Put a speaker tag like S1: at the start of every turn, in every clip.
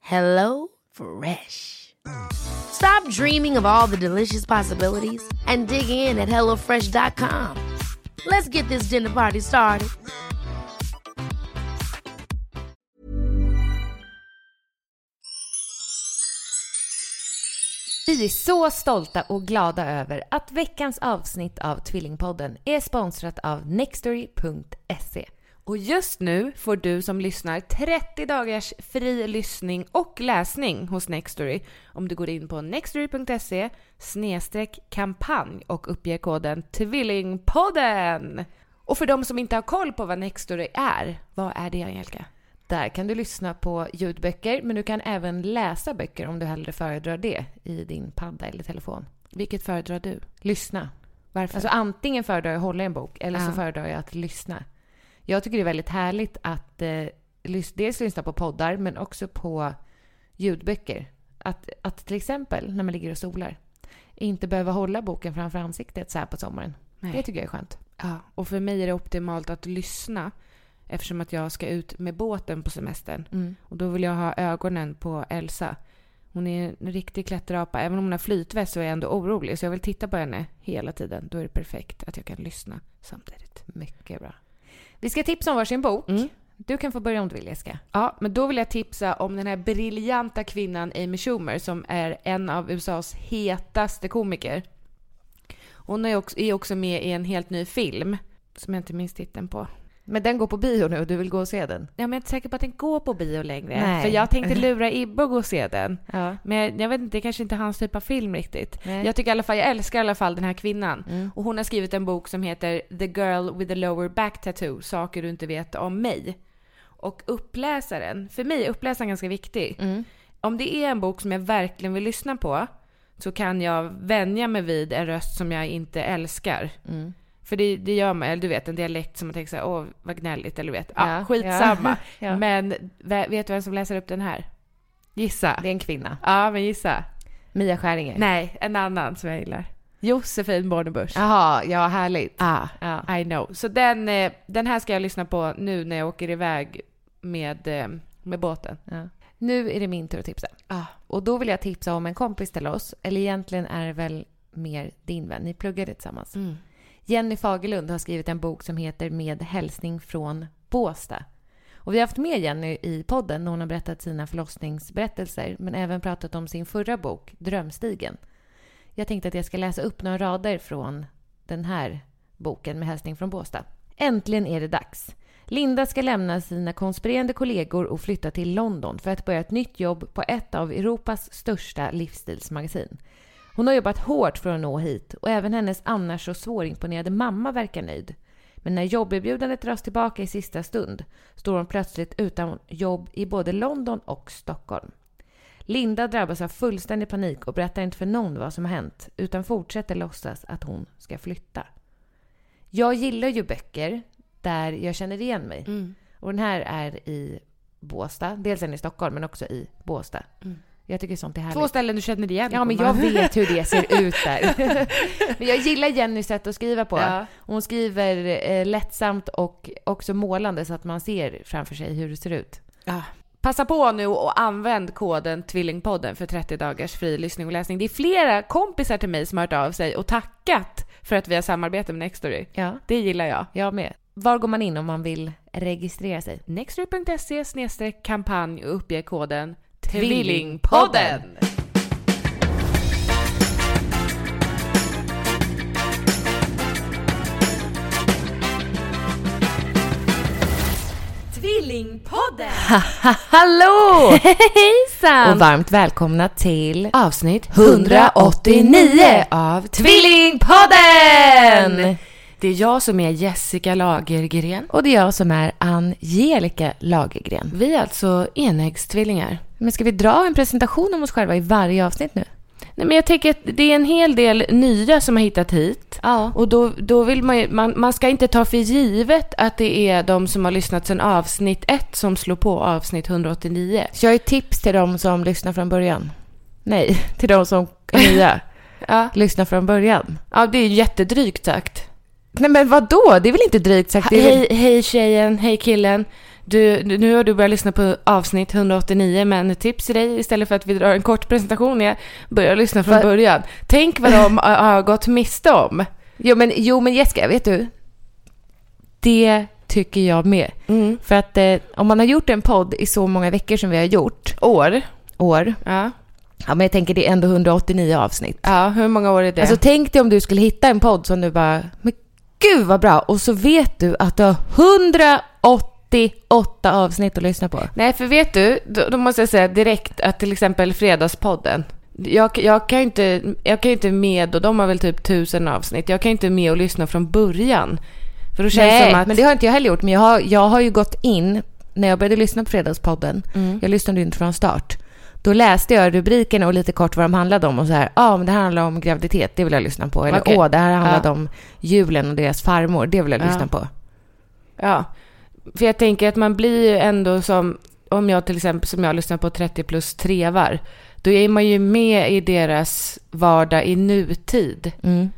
S1: Hello Fresh. Stop dreaming of all the delicious possibilities and dig in at HelloFresh.com. Let's get this dinner party started.
S2: Vi är så stolta och glada över att veckans avsnitt av Tvillingpodden är sponsrat av Nextory.se.
S3: Och just nu får du som lyssnar 30 dagars fri lyssning och läsning hos Nextory om du går in på nextory.se snedstreck kampanj och uppger koden Tvillingpodden. Och för de som inte har koll på vad Nextory är, vad är det Angelica?
S2: Där kan du lyssna på ljudböcker, men du kan även läsa böcker om du hellre föredrar det i din padda eller telefon.
S3: Vilket föredrar du?
S2: Lyssna.
S3: Varför?
S2: Alltså antingen föredrar jag att hålla i en bok eller så
S3: Ja.
S2: föredrar jag att lyssna. Jag tycker det är väldigt härligt att eh, lys- dels lyssna på poddar men också på ljudböcker. Att, att till exempel när man ligger och solar inte behöva hålla boken framför ansiktet så här på sommaren.
S3: Nej.
S2: Det tycker jag är skönt.
S3: Ja, och för mig är det optimalt att lyssna eftersom att jag ska ut med båten på semestern. typ.
S2: Mm.
S3: Och då vill jag ha ögonen på Elsa. Hon är en riktig klätterapa. Även om hon har flytväst så är jag ändå orolig. Så jag vill titta på henne hela tiden. Då är det perfekt att jag kan lyssna samtidigt.
S2: Mycket bra. Vi ska tipsa om varsin bok.
S3: Mm.
S2: Du kan få börja om du vill Jessica.
S3: Ja, men då vill jag tipsa om den här briljanta kvinnan Amy Schumer som är en av USAs hetaste komiker. Hon är också, är också med i en helt ny film som jag inte minns titeln på.
S2: Men den går på bio nu och du vill gå och se den?
S3: Ja, men jag är inte säker på att den går på bio längre.
S2: Nej.
S3: För jag tänkte lura Ibbe och gå och se den.
S2: Ja.
S3: Men jag, jag vet inte, det kanske inte är hans typ av film riktigt.
S2: Nej.
S3: Jag tycker i alla fall, jag älskar i alla fall den här kvinnan.
S2: Mm.
S3: Och hon har skrivit en bok som heter The Girl with the Lower Back Tattoo, Saker du inte vet om mig. Och uppläsaren, för mig är uppläsaren ganska viktig.
S2: Mm.
S3: Om det är en bok som jag verkligen vill lyssna på så kan jag vänja mig vid en röst som jag inte älskar.
S2: Mm.
S3: För det, det gör man, eller du vet en dialekt som man tänker såhär, åh vad gnälligt, eller du vet. Ja,
S2: Ja,
S3: skitsamma.
S2: ja. Ja.
S3: Men ve- vet du vem som läser upp den här? Gissa.
S2: Det är en kvinna.
S3: Ja, men gissa.
S2: Mia Skäringer.
S3: Nej, en annan som jag gillar. Josefin Bornebusch.
S2: Jaha, ja härligt.
S3: Ah,
S2: Ja.
S3: I know. Så den, eh, den här ska jag lyssna på nu när jag åker iväg med, eh, med båten.
S2: Ja. Nu är det min tur att tipsa.
S3: Ah.
S2: Och då vill jag tipsa om en kompis till oss, eller egentligen är det väl mer din vän, ni pluggade tillsammans. Jenny Fagerlund har skrivit en bok som heter Med hälsning från Båsta. Och vi har haft med Jenny i podden när hon har berättat sina förlossningsberättelser, men även pratat om sin förra bok, Drömstigen. Jag tänkte att jag ska läsa upp några rader från den här boken med hälsning från Båstad. Äntligen är det dags. Linda ska lämna sina konspirerande kollegor och flytta till London för att börja ett nytt jobb på ett av Europas största livsstilsmagasin. Hon har jobbat hårt för att nå hit och även hennes annars så svårimponerade mamma verkar nöjd. Men när jobberbjudandet dras tillbaka i sista stund står hon plötsligt utan jobb i både London och Stockholm. Linda drabbas av fullständig panik och berättar inte för någon vad som har hänt utan fortsätter låtsas att hon ska flytta. Jag gillar ju böcker där jag känner igen mig.
S3: Mm.
S2: Och den här är i Båstad. Dels är den i Stockholm men också i Båstad. Jag tycker sånt är härligt.
S3: Två ställen du känner igen.
S2: Ja, men jag
S3: gumman.
S2: vet hur det ser ut där. men jag gillar Jennys sätt att skriva på.
S3: Ja.
S2: Hon skriver eh, lättsamt och också målande så att man ser framför sig hur det ser ut.
S3: Passa på nu och använd koden Tvillingpodden för 30 dagars fri lyssning och läsning. Det är flera kompisar till mig som har hört av sig och tackat för att vi har samarbete med Nextory.
S2: Ja,
S3: Det gillar jag.
S2: jag med. Var går man in om man vill registrera sig?
S3: Nextory.se snedstreck kampanj och uppge koden
S2: Tvillingpodden.
S3: Tvillingpodden. Tvillingpodden!
S2: Hallå! Och
S1: Hejsan!
S2: varmt välkomna till
S3: Avsnitt
S2: 189 av Tvillingpodden!
S3: Det är jag som är Jessica Lagergren.
S2: Och det är jag som är Angelica Lagergren.
S3: Vi är alltså enäggstvillingar.
S2: Men ska vi dra en presentation om oss själva i varje avsnitt nu?
S3: Nej, men jag tänker att det är en hel del nya som har hittat hit.
S2: Ja.
S3: Och då, då vill man, ju- man man ska inte ta för givet att det är de som har lyssnat sedan avsnitt 1 som slår på avsnitt 189.
S2: Så jag har ju tips till de som lyssnar från början. Nej, till de som är nya.
S3: Ja,
S2: lyssnar från början.
S3: ja det är ju jättedrygt sagt.
S2: Nej men vad då? Det är väl inte drygt sagt? Det är väl...
S3: Hej, hej tjejen, hej killen. Du, du- nu har du börjat lyssna på avsnitt 189 men ett tips till dig istället för att vi drar en kort presentation är börja lyssna från
S2: Va-
S3: början. Tänk vad de har- har gått miste om.
S2: Jo, men, jo men Jessica, vet du? Det tycker jag med. För att eh, om man har gjort en podd i så många veckor som vi har gjort,
S3: År.
S2: år,
S3: Ja.
S2: ja men jag tänker det är ändå 189 avsnitt.
S3: ja, hur många år är det?
S2: Alltså tänk dig om du skulle hitta en podd som du bara, men gud vad bra, och så vet du att du har 188 avsnitt att lyssna på.
S3: Nej, för vet du, då, då måste jag säga direkt att till exempel Fredagspodden. Jag, jag, kan ju inte, jag kan ju inte med, och de har väl typ tusen avsnitt, jag kan ju inte med och lyssna från början. För då känns det
S2: Nej,
S3: som att...
S2: men det har inte jag heller gjort. Men jag har, jag har ju gått in, när jag började lyssna på Fredagspodden,
S3: Mm.
S2: jag lyssnade ju inte från start. Då läste jag rubriken och lite kort vad de handlade om och så här, ja ah, men det här handlar om graviditet, det vill jag lyssna på. Eller
S3: Okej.
S2: åh, det här handlade
S3: Ja.
S2: om julen och deras farmor, det vill jag
S3: Ja.
S2: lyssna på.
S3: Ja. För jag tänker att man blir ju ändå som, om jag till exempel, som jag lyssnar på 30 plus trevar, då är man ju med i deras vardag i nutid.
S2: Mm.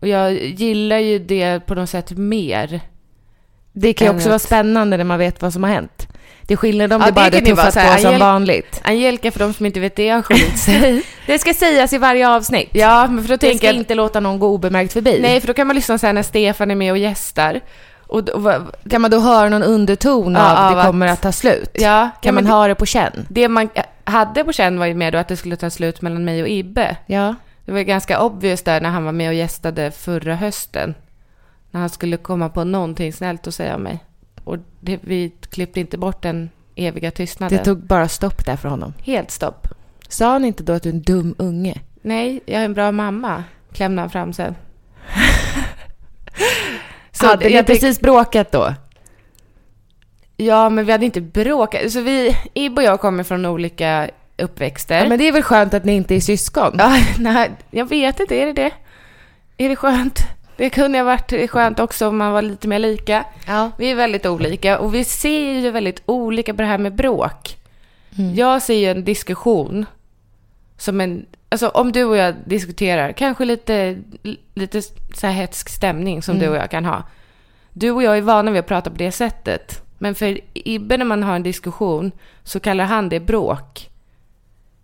S3: Och jag gillar ju det på något sätt mer.
S2: Det kan ju
S3: Än
S2: också vara
S3: att-
S2: spännande när man vet vad som har hänt. Det är skillnad om
S3: Ja,
S2: det
S3: det
S2: bara
S3: kan
S2: hade
S3: ju vara
S2: tuffat
S3: så här,
S2: på som
S3: hjälp-
S2: vanligt.
S3: Angelica, för de som inte vet det, har skilt sig.
S2: Det ska sägas i varje avsnitt.
S3: ja, men för då
S2: det
S3: tänker
S2: ska
S3: jag...
S2: inte låta någon gå obemärkt förbi.
S3: Nej, för då kan man lyssna sen när Stefan är med och gästar. Och, då- och, vad-
S2: Kan man då höra någon underton
S3: Ja,
S2: av
S3: av
S2: det
S3: att-
S2: kommer att ta slut?
S3: ja,
S2: Kan man
S3: men
S2: ha det på känn?
S3: Det man hade på känn var ju med då att det skulle ta slut mellan mig och Ibbe.
S2: Ja.
S3: Det var ju ganska obvious där när han var med och gästade förra hösten. När han skulle komma på någonting snällt att säga om mig. Och det, vi klippte inte bort den eviga tystnaden.
S2: Det tog bara stopp där för honom.
S3: Helt stopp.
S2: Sa han inte då att du är en dum unge?
S3: Nej, jag är en bra mamma, klämde han fram sen.
S2: Så hade ni
S3: jag tyck-
S2: precis bråkat då?
S3: Ja, men vi hade inte bråkat. Så vi, Ibbe och jag kommer från olika uppväxter.
S2: Ja, men det är väl skönt att ni inte är syskon?
S3: Ja, nej, jag vet inte. Är det det? Är det skönt? Det kunde ha varit skönt också om man var lite mer lika.
S2: Ja.
S3: Vi är väldigt olika och vi ser ju väldigt olika på det här med bråk.
S2: Mm.
S3: Jag ser ju en diskussion som en... Alltså om du och jag diskuterar, kanske lite, lite så här hetsk stämning som
S2: Mm.
S3: du och jag kan ha. Du och jag är vana vid att prata på det sättet. Men för Ibbe när man har en diskussion så kallar han det bråk.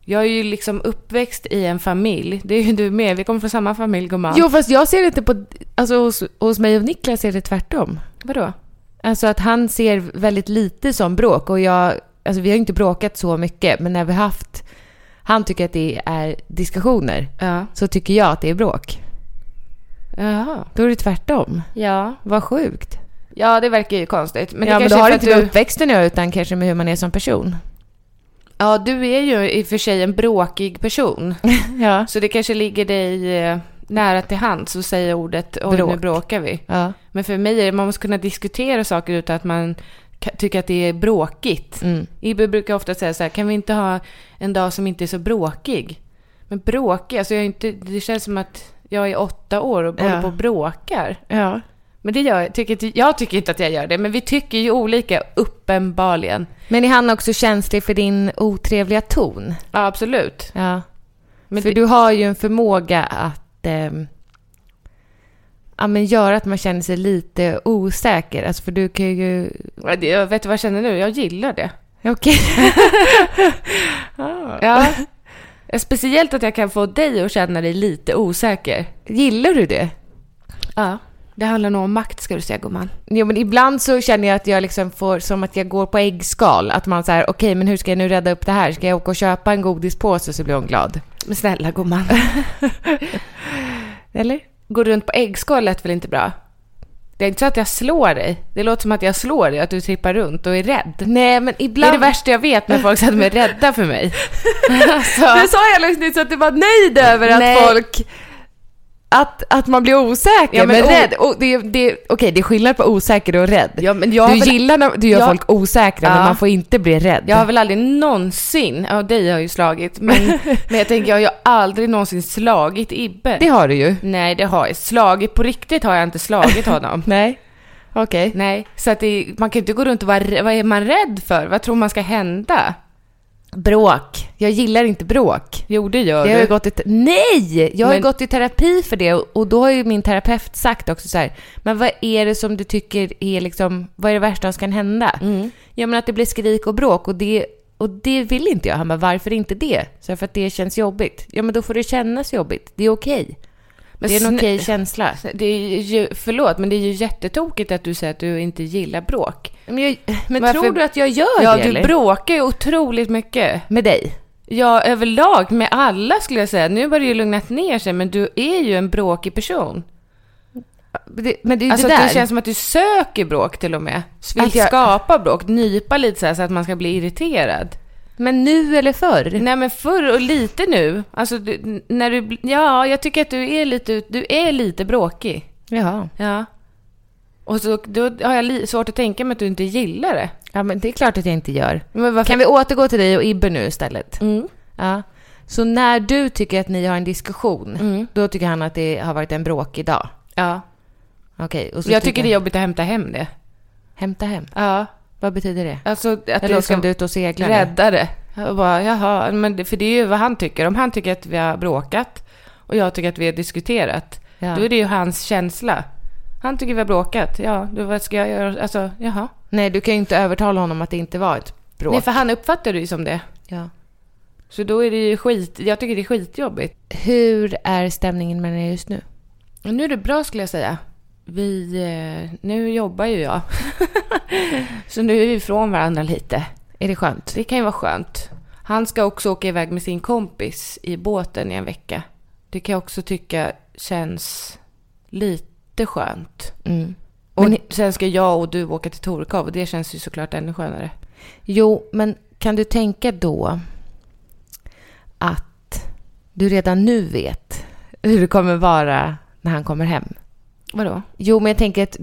S3: Jag är ju liksom uppväxt i en familj. Det är ju du med. Vi kommer från samma familj gumman.
S2: Jo, fast jag ser det inte på... Alltså hos, hos mig och Niklas är det tvärtom.
S3: Vadå?
S2: Alltså att han ser väldigt lite som bråk och jag... Alltså vi har ju inte bråkat så mycket, men när vi haft... Han tycker att det är diskussioner.
S3: Ja.
S2: Så tycker jag att det är bråk.
S3: Jaha.
S2: Då är det tvärtom.
S3: Ja.
S2: Vad sjukt.
S3: Ja, det verkar ju konstigt. Men det
S2: ja, men
S3: kanske
S2: då har
S3: är
S2: det
S3: för att
S2: inte med
S3: du...
S2: uppväxten att göra, utan kanske med hur man är som person.
S3: Ja, du är ju i och för sig en bråkig person.
S2: Ja.
S3: Så det kanske ligger dig eh, nära till hands att säga ordet oj nu
S2: Bråk.
S3: bråkar vi.
S2: Ja.
S3: Men för mig är det, man måste kunna diskutera saker utan att man ka- tycker att det är bråkigt.
S2: Mm.
S3: Ibbe brukar ofta säga så här, kan vi inte ha en dag som inte är så bråkig? Men bråkig, alltså jag är inte, det känns som att jag är åtta år och
S2: Ja.
S3: håller på och bråkar.
S2: Ja.
S3: Men det gör, jag tycker, inte- jag tycker inte att jag gör det, men vi tycker ju olika uppenbarligen.
S2: Men är han också känslig för din otrevliga ton?
S3: Ja, absolut.
S2: Ja.
S3: Men
S2: för
S3: det-
S2: du har ju en förmåga att ehm, ja, men göra att man känner sig lite osäker. Alltså för du kan ju...
S3: Ja, det- Jag vet du vad jag känner nu? Jag gillar det.
S2: Okej.
S3: Ja. Speciellt att jag kan få dig att känna dig lite osäker.
S2: Gillar du det?
S3: Ja. Det handlar nog om makt ska du säga gumman.
S2: Jo, men ibland så känner jag att jag liksom får som att jag går på äggskal. Att man säger, okej, men hur ska jag nu rädda upp det här? Ska jag åka och köpa en godispåse så blir hon glad?
S3: Men snälla gumman.
S2: Eller?
S3: Gå runt på äggskal lät väl inte bra? Det är inte så att jag slår dig. Det låter som att jag slår dig, att du trippar runt och är rädd.
S2: Nej, men
S3: Det är
S2: ibland...
S3: det värsta jag vet när folk säger att de är rädda för mig. alltså,
S2: Det sa jag alldeles nyss att du var nöjd över att
S3: Nej.
S2: folk... Att, att man blir osäker, men,
S3: Ja, men o-
S2: rädd. O, det, det, okej, det är skillnad på osäker och rädd.
S3: Ja, men jag har
S2: du
S3: väl-
S2: gillar när du gör
S3: Ja.
S2: folk osäkra,
S3: Ja.
S2: men man får inte bli rädd.
S3: jag har väl aldrig någonsin, ja dig har jag ju slagit, men, men jag tänker jag har ju aldrig någonsin slagit Ibbe.
S2: Det har du ju.
S3: Nej, det har jag. Slagit på riktigt har jag inte slagit honom.
S2: Nej. Okej.
S3: Nej, så att det, man kan inte gå runt och vara rä- Vad är man rädd för? Vad tror man ska hända?
S2: Bråk. Jag gillar inte bråk.
S3: Jo, det gör
S2: Jag har
S3: du.
S2: ju gått i te- Nej! Jag har ju
S3: Men-
S2: gått i terapi för det och och då har ju min terapeut sagt också så här, men vad är det som du tycker är liksom, vad är det värsta som kan hända?
S3: Mm.
S2: Ja men att det blir skrik och bråk och det, och det vill inte jag. Han bara, varför inte det? Så här, för att det känns jobbigt. Ja men då får det kännas jobbigt. Det är okej.
S3: Men
S2: Det är en
S3: snä-
S2: okej känsla.
S3: Det är ju, förlåt, men det är ju jättetokigt att du säger att du inte gillar bråk.
S2: Men, jag, men
S3: Varför-
S2: tror du att jag gör
S3: Ja,
S2: det
S3: du
S2: eller?
S3: bråkar ju otroligt mycket.
S2: Med dig?
S3: Ja, överlag med alla skulle jag säga. Nu har det ju lugnat ner sig, men du är ju en bråkig person.
S2: Men det, men det är ju
S3: Alltså
S2: det där.
S3: det känns som att du söker bråk till och med. Vill
S2: Att jag-
S3: skapa bråk, nypa lite så, här, så att man ska bli irriterad.
S2: Men nu eller förr?
S3: Nej men förr och lite nu. Alltså du, när du, ja jag tycker att du är lite, ut- du är lite bråkig.
S2: Jaha.
S3: Ja. Och så, då har jag li- svårt att tänka mig att du inte gillar det.
S2: Ja men det är klart att jag inte gör.
S3: Men varför?
S2: Kan vi återgå till dig och Ibbe nu istället?
S3: Mm.
S2: Ja. Så när du tycker att ni har en diskussion, då tycker han att det har varit en bråkig dag?
S3: Mm. Ja.
S2: Okej. och så
S3: Jag tycker det
S2: han-
S3: är jobbigt att hämta hem det.
S2: Hämta hem?
S3: Ja.
S2: Vad betyder det?
S3: Alltså att
S2: det
S3: du
S2: låter som
S3: ska
S2: du är ute och seglar. nu.
S3: rädda det. Och bara, jaha, men det, för det är ju vad han tycker. Om han tycker att vi har bråkat och jag tycker att vi har diskuterat,
S2: Ja.
S3: då är det ju hans känsla. Han tycker vi har bråkat, ja, då vad ska jag göra? Alltså, jaha.
S2: Nej, du kan ju inte övertala honom att det inte var ett bråk.
S3: Nej, för han uppfattar det ju som det.
S2: ja.
S3: Så då är det ju skit, jag tycker det är skitjobbigt.
S2: Hur är stämningen mellan er just nu?
S3: Men nu är det bra skulle jag säga. Vi, eh, nu jobbar ju jag. så nu är vi ifrån varandra lite.
S2: Är det skönt?
S3: Det kan ju vara skönt. Han ska också åka iväg med sin kompis i båten i en vecka. Det kan jag också tycka känns lite skönt.
S2: Mm.
S3: Och
S2: Men-
S3: sen ska jag och du åka till Torekov och det känns ju såklart ännu skönare.
S2: Jo, men kan du tänka då att du redan nu vet hur det kommer vara när han kommer hem?
S3: Vadå?
S2: Jo, men jag tänker att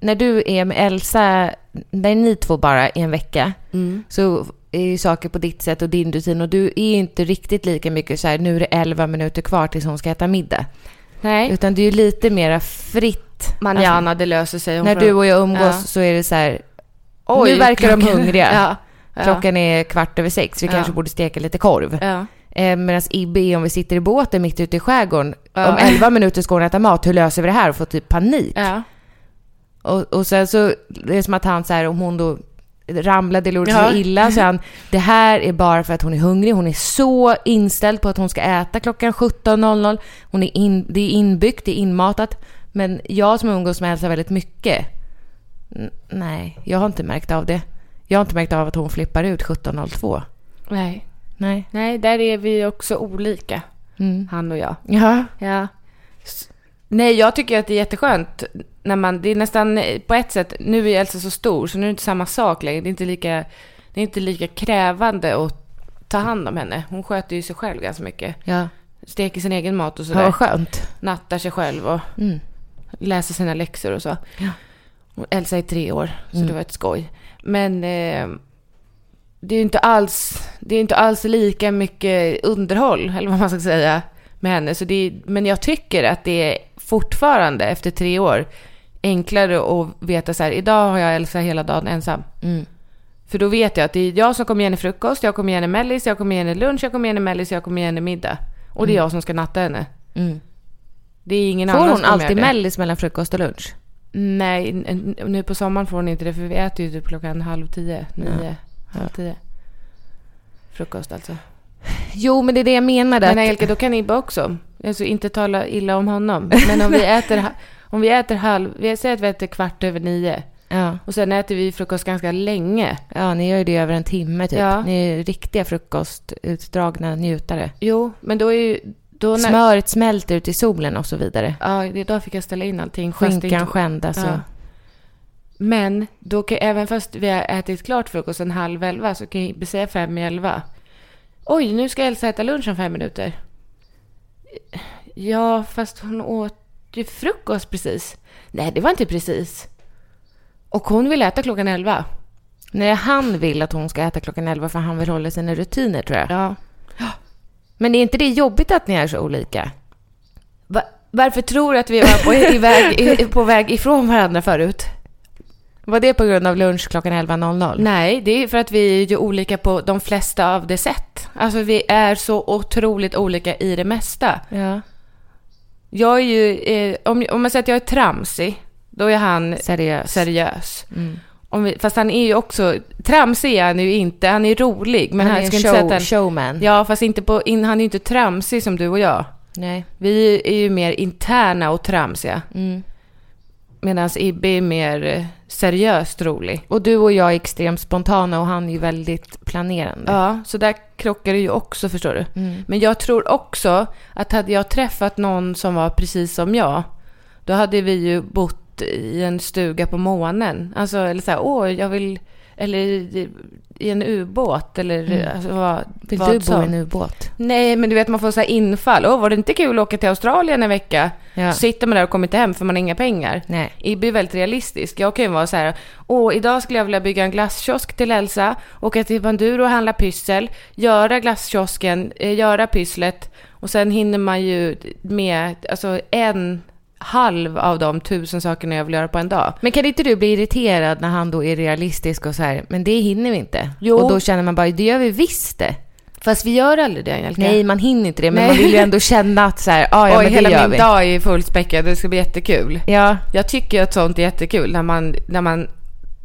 S2: när du är med Elsa, när ni två bara i en vecka, så är ju saker på ditt sätt och din rutin och du är ju inte riktigt lika mycket så här, nu är det 11 minuter kvar tills hon ska äta middag.
S3: Nej.
S2: Utan det är ju lite mera fritt.
S3: Manjana, det löser sig. Hon
S2: när
S3: får-
S2: du och jag umgås
S3: Ja.
S2: så är det så här,
S3: Oj,
S2: nu verkar de hungriga.
S3: Ja.
S2: Klockan är kvart över sex, vi
S3: Ja.
S2: kanske borde steka lite korv.
S3: Ja.
S2: Eh, Medan Ibbe är om vi sitter i båten mitt ute i skärgården,
S3: Ja.
S2: om 11 minuter ska hon äta mat, hur löser vi det här? Och får typ panik.
S3: Ja.
S2: Och, och sen så, det är som att han så här, om hon då ramlade eller gjorde
S3: Ja.
S2: sig illa, så är han, det här är bara för att hon är hungrig, hon är så inställd på att hon ska äta klockan 17.00, hon är in, det är inbyggt, det är inmatat. Men jag som umgås med Elsa väldigt mycket, n- nej, jag har inte märkt av det. Jag har inte märkt av att hon flippar ut 17.02.
S3: Nej.
S2: Nej.
S3: Nej, där är vi också olika,
S2: Mm.
S3: han och jag.
S2: Ja.
S3: Ja. Nej, jag tycker att det är jätteskönt när man, det är nästan eh, på ett sätt, nu är Elsa så stor så nu är det inte samma sak längre. Det är inte lika, det är inte lika krävande att ta hand om henne. Hon sköter ju sig själv ganska mycket.
S2: Ja.
S3: Steker sin egen mat och
S2: Ja,
S3: sådär.
S2: vad skönt.
S3: Nattar sig själv och
S2: Mm.
S3: läser sina läxor och så.
S2: Ja. Mm.
S3: Och Elsa är tre år, så det var ett skoj. Men eh, det är ju inte alls, det är inte alls lika mycket underhåll, eller vad man ska säga, med henne. Så det är, men jag tycker att det är fortfarande, efter tre år, enklare att veta så här, idag har jag Elsa hela dagen ensam.
S2: Mm.
S3: För då vet jag att det är jag som kommer ge henne frukost, jag kommer ge henne mellis, jag kommer ge henne lunch, jag kommer ge henne mellis, jag kommer ge henne middag. Och det är jag som ska natta henne.
S2: Mm.
S3: Det är ingen
S2: Får
S3: annan
S2: hon
S3: som gör
S2: alltid
S3: det.
S2: mellis mellan frukost och lunch?
S3: Nej, n- n- nu på sommaren får hon inte det för vi äter ju typ klockan halv tio, nio, halv tio. Frukost alltså.
S2: Jo, men det är det jag menade.
S3: Men
S2: att-
S3: Angelica, då kan Ibbe också. Alltså inte tala illa om honom. Men om vi äter, ha- om vi äter halv, vi säger att vi äter kvart över nio.
S2: ja.
S3: Och sen äter vi frukost ganska länge.
S2: Ja, ni gör ju det över en timme typ.
S3: Ja.
S2: Ni är ju riktiga frukostutdragna njutare.
S3: Jo, men då är ju... Då när,
S2: Smöret smälter ut i solen och så vidare.
S3: ja, idag fick jag ställa in allting. fast det
S2: Skinkan
S3: inte-
S2: skändas
S3: Ja.
S2: och...
S3: Men då kan, även fast vi har ätit klart frukosten halv elva så kan jag inte säga fem i elva. Oj, nu ska Elsa äta lunch om fem minuter. Ja, fast hon åt ju frukost precis. Nej, det var inte precis. Och hon vill äta klockan elva.
S2: Nej, han vill att hon ska äta klockan 11 för han vill hålla sina rutiner tror jag.
S3: Ja.
S2: Men är inte det jobbigt att ni är så olika?
S3: Va- varför tror du att vi var på, i väg, i, på väg ifrån varandra förut?
S2: Var det på grund av lunch klockan 11.00?
S3: Nej, det är för att vi är ju olika på de flesta av det sätt. Alltså vi är så otroligt olika i det mesta.
S2: Ja.
S3: Jag är ju, eh, om, om man säger att jag är tramsig, då är han
S2: Seriös.
S3: seriös. Om vi, fast han är ju också, tramsig är han ju inte, han är rolig. Men
S2: han
S3: han,
S2: är en
S3: ska inte
S2: show,
S3: säga att han,
S2: showman.
S3: Ja, fast inte på, in, han är ju inte tramsig som du och jag.
S2: Nej. Mm.
S3: Vi är ju mer interna och tramsiga. Medan Ibbe är mer eh, seriöst rolig.
S2: Och du och jag är extremt spontana och han är ju väldigt planerande.
S3: Ja, så där krockar det ju också förstår du.
S2: Mm.
S3: Men jag tror också att hade jag träffat någon som var precis som jag, då hade vi ju bott i en stuga på månen. Alltså, eller så här, åh, jag vill... Eller i i en ubåt eller alltså, vad,
S2: Mm. Vill
S3: vad
S2: du bo
S3: som.
S2: i en ubåt?
S3: Nej, men du vet man får så här infall. Åh, var det inte kul att åka till Australien en vecka?
S2: Ja.
S3: Så sitter man där och kommer inte hem för man har inga pengar.
S2: Nej.
S3: Ibby är väldigt realistisk. Jag kan ju vara så här, åh, idag skulle jag vilja bygga en glasskiosk till Elsa, åka till Panduro och handla pyssel, göra glasskiosken, eh, göra pysslet och sen hinner man ju med alltså, en halv av de tusen sakerna jag vill göra på en dag.
S2: Men kan inte du bli irriterad när han då är realistisk och så här, men det hinner vi inte.
S3: Jo.
S2: Och då känner man bara, det gör vi visst det.
S3: Fast vi gör aldrig det, Angelica.
S2: Nej, man hinner inte det, men
S3: Nej.
S2: man vill ju ändå känna att så här, ja, ja,
S3: Oj,
S2: men det
S3: hela
S2: gör
S3: min
S2: vi.
S3: dag är fullspäckad, det ska bli jättekul.
S2: Ja,
S3: Jag tycker att sånt är jättekul när man, när man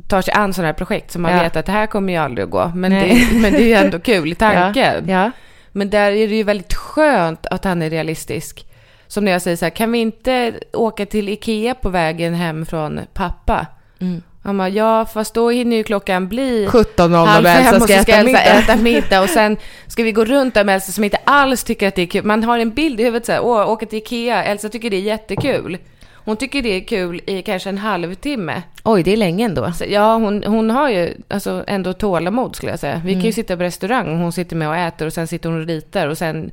S3: tar sig an sådana här projekt som man
S2: Ja.
S3: vet att det här kommer ju aldrig att gå. Men,
S2: Nej.
S3: det, men det är ju ändå kul i
S2: ja,
S3: tanken.
S2: ja.
S3: Men där är det ju väldigt skönt att han är realistisk. Som när jag säger så här, kan vi inte åka till Ikea på vägen hem från pappa?
S2: Mm.
S3: Han bara, ja fast då hinner ju klockan bli
S2: 17.00
S3: halv
S2: och Elsa
S3: fem och
S2: ska
S3: så ska
S2: äta
S3: Elsa
S2: middag.
S3: äta middag och sen ska vi gå runt där med Elsa som inte alls tycker att det är kul. Man har en bild i huvudet så här, åh åka till Ikea, Elsa tycker det är jättekul. Hon tycker det är kul i kanske en halvtimme.
S2: Oj, det är länge ändå.
S3: Så, ja, hon, hon har ju alltså, ändå tålamod skulle jag säga. Vi
S2: Mm.
S3: kan ju sitta på restaurang och hon sitter med och äter och sen sitter hon och ritar och sen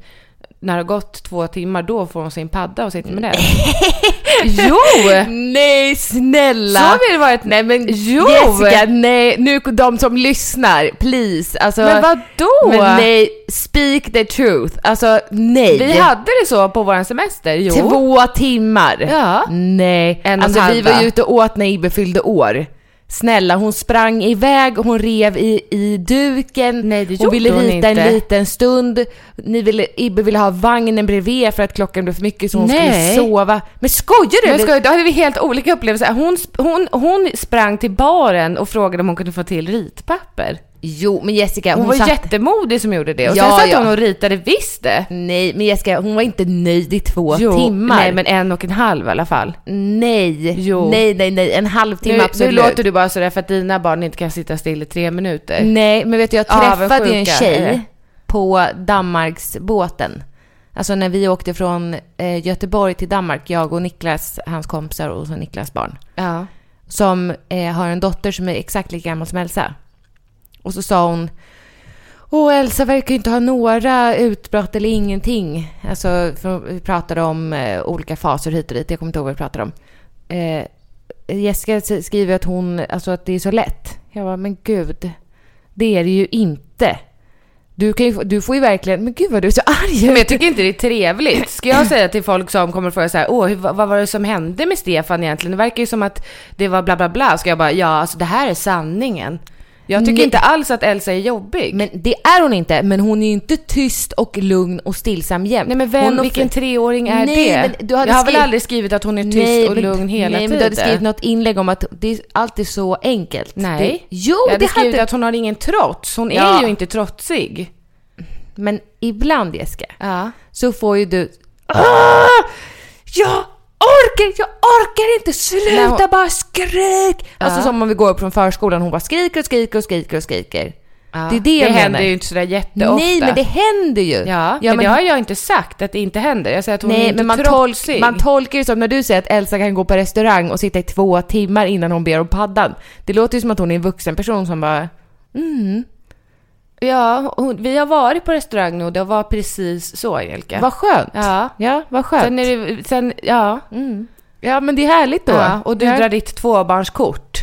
S3: när det har gått två timmar då får hon sin padda och sitter med den. jo!
S2: Nej,
S3: Så
S2: snälla!
S3: har det varit. Nej men jo!
S2: Jessica, nej, nu de som lyssnar, please. Alltså,
S3: Men
S2: Men
S3: vadå?
S2: nej, speak the truth. Alltså nej.
S3: Vi hade det så på våran semester, jo.
S2: Två timmar!
S3: Ja.
S2: Nej.
S3: En och
S2: alltså
S3: en halv,
S2: vi var
S3: va?
S2: ju ute och åt när Ibbe fyllde år. Snälla, hon sprang iväg, hon rev i, i duken,
S3: Nej, det
S2: hon ville
S3: gjorde hon
S2: rita en
S3: inte.
S2: liten stund. Ni ville, Ibbe ville ha vagnen bredvid för att klockan blev för mycket så hon
S3: Nej.
S2: skulle sova. Men skojar du?
S3: Men ska, då hade vi helt olika upplevelser. Hon, sp- hon, hon sprang till baren och frågade om hon kunde få till ritpapper.
S2: Jo, men Jessica,
S3: Hon,
S2: hon,
S3: var
S2: satt...
S3: jättemodig som gjorde det. Och sen
S2: Ja,
S3: satt
S2: ja.
S3: hon och ritade visst det.
S2: Nej, men Jessica, hon var inte nöjd i två timmar.
S3: Nej, men en och en halv i alla fall.
S2: Nej,
S3: Jo.
S2: nej, nej, nej, en halvtimme
S3: Nu, nu
S2: absolut.
S3: låter du bara sådär för att dina barn inte kan sitta still i tre minuter.
S2: Nej, men vet du, jag träffade ju en
S3: Avundsjuka, är det?
S2: tjej på Danmarksbåten. Alltså när vi åkte från eh, Göteborg till Danmark, jag och Niklas, hans kompisar och så Niklas barn.
S3: Ja.
S2: Som eh, har en dotter som är exakt lika gammal som Elsa. Och så sa hon, Åh, Elsa verkar ju inte ha några utbrott eller ingenting. Alltså, för vi pratade om eh, olika faser hit och dit. Jag kommer inte ihåg vad vi pratade om. Eh, Jessica s- skriver att hon, alltså att det är så lätt. Jag bara, men gud. Det är det ju inte. Du, kan ju, få- du får ju verkligen, men gud vad du är så arg.
S3: Men jag tycker inte det är trevligt. Ska jag säga till folk som kommer fråga så här, åh, hur- vad vad var det som hände med Stefan egentligen? Det verkar ju som att det var bla bla bla. Ska jag bara, ja, alltså det här är sanningen. Jag tycker
S2: Nej.
S3: inte alls att Elsa är jobbig.
S2: Men det är hon inte, men hon är ju inte tyst och lugn och stillsam jämt.
S3: Nej men vem,
S2: hon har-
S3: vilken treåring är
S2: Nej,
S3: det?
S2: men du hade
S3: jag har
S2: skrivit-
S3: väl aldrig skrivit att hon är tyst och
S2: men-
S3: lugn hela
S2: nej,
S3: tiden?
S2: Men du hade skrivit något inlägg om att det är alltid så enkelt.
S3: Nej.
S2: Det, jo,
S3: jag hade
S2: det
S3: skrivit
S2: hade
S3: att hon har ingen trots. Hon
S2: Ja.
S3: är ju inte trotsig.
S2: Men ibland Jessica,
S3: Ja.
S2: så får ju du... Ah! Jag orkar Jag orkar inte! Sluta
S3: Nej, hon-
S2: bara skrik! Alltså som om vi går upp från förskolan, hon bara skriker och skriker och skriker och skriker. Det är det
S3: det
S2: jag menar.
S3: händer ju inte sådär jätteofta.
S2: Nej, men det händer ju.
S3: Ja, men, det har jag inte sagt att det inte händer. Jag säger att hon är
S2: Nej,
S3: inte
S2: men man, tolk,
S3: trotsig.
S2: man tolkar det som när du säger att Elsa kan gå på restaurang och sitta i två timmar innan hon ber om paddan. Det låter ju som att hon är en vuxen person som bara mm.
S3: ja, hon, vi har varit på restaurang nu och det var precis så, Angelica.
S2: Vad skönt!
S3: Ja.
S2: ja vad skönt. Mm.
S3: Sen är det, sen, ja.
S2: Ja, men det är härligt då.
S3: ja. Och du
S2: Ja.
S3: drar ditt tvåbarnskort.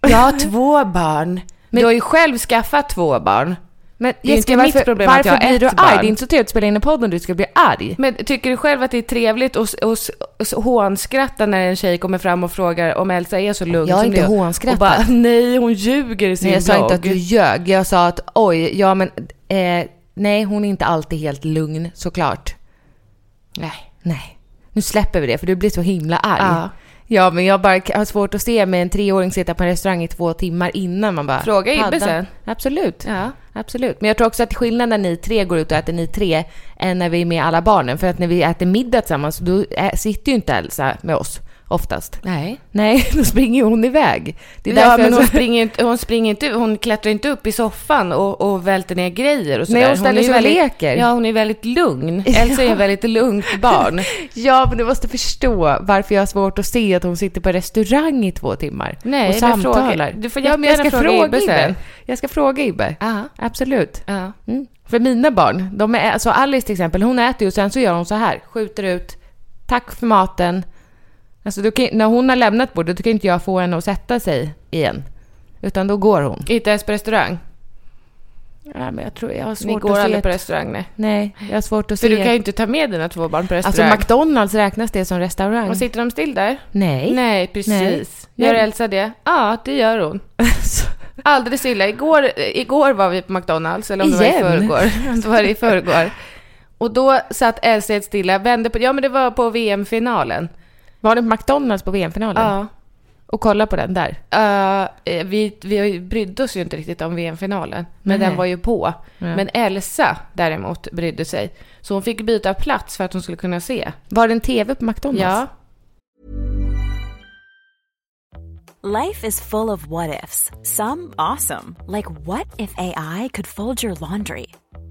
S3: Jag har två barn. du har ju själv skaffat två barn.
S2: Men
S3: är ju
S2: Jessica,
S3: inte mitt
S2: varför,
S3: problem att
S2: varför
S3: jag har
S2: blir du
S3: ett
S2: arg?
S3: barn.
S2: Det är inte så trevligt att spela in en podd om du ska bli arg.
S3: Men tycker du själv att det är trevligt att s- att s- s- hånskratta när en tjej kommer fram och frågar om Elsa är så lugn
S2: Jag har
S3: som
S2: inte
S3: det?
S2: hånskrattat.
S3: Och bara, nej hon ljuger i sin
S2: Nej, jag sa
S3: blogg.
S2: inte att du ljög. Jag sa att oj, ja men eh, nej, hon är inte alltid helt lugn såklart.
S3: Nej.
S2: Nej, nu släpper vi det för du blir så himla arg.
S3: Ja.
S2: Ja, men jag bara k- har svårt att se med en treåring sitta på en restaurang i två timmar innan man bara...
S3: Fråga Ibbe
S2: paddan.
S3: sen.
S2: Absolut.
S3: Ja.
S2: Absolut. Men jag tror också att skillnaden när ni tre går ut och äter ni tre än när vi är med alla barnen. För att när vi äter middag tillsammans då ä- sitter ju inte Elsa med oss oftast.
S3: Nej.
S2: Nej, då springer ju hon iväg. Det är
S3: Ja,
S2: därför
S3: men
S2: jag-
S3: hon springer, inte, hon springer inte, hon klättrar inte upp i soffan och, och välter ner grejer och sådär.
S2: Nej, hon ställer
S3: är ju
S2: sig och
S3: väldigt-
S2: leker.
S3: Ja, hon är väldigt lugn. Elsa är ju väldigt lugnt barn.
S2: Ja, men du måste förstå varför jag har svårt att se att hon sitter på restaurang i två timmar
S3: Nej,
S2: och
S3: men fråga-
S2: samtalar.
S3: du får
S2: ja, men jag ska
S3: jättegärna
S2: fråga,
S3: fråga Ibbe
S2: Ibbe.
S3: sen.
S2: Jag ska fråga Ibbe.
S3: Ja.
S2: Absolut.
S3: Ja.
S2: Mm. För mina barn, de är, alltså Alice till exempel, hon äter ju och sen så gör hon så här, skjuter ut, tack för maten. Alltså du kan, när hon har lämnat bordet, då kan inte jag få henne att sätta sig igen. Utan då går hon.
S3: Inte ens på restaurang.
S2: Ja, men jag tror jag har
S3: Ni
S2: svårt
S3: går
S2: att se.
S3: aldrig på
S2: På
S3: restaurang, nej.
S2: Nej, jag har svårt att
S3: För
S2: se.
S3: du kan ju inte ta med dina två barn på
S2: Alltså
S3: restaurang.
S2: McDonalds räknas det som restaurang?
S3: och sitter de still där?
S2: Nej.
S3: Nej, precis.
S2: Nej.
S3: Gör
S2: Nej.
S3: Elsa det? Ja, det gör hon. Alldeles illa. Igår, igår var vi på McDonalds, eller om det
S2: Igen?
S3: var i förrgår. Det var det i förrgår. Och då satt Elsa helt stilla, vände på... Ja, men det var på VM-finalen.
S2: Var det McDonalds på VM-finalen?
S3: Ja.
S2: Och kolla på den där.
S3: Eh, vi, vi brydde oss ju inte riktigt om VM-finalen, men
S2: Nej.
S3: den var ju på.
S2: Ja.
S3: Men Elsa däremot brydde sig. Så hon fick byta plats för att hon skulle kunna se.
S2: Var det en TV på McDonalds?
S3: Ja.
S4: Life is full of what ifs. Some awesome, like what if AI could fold your laundry?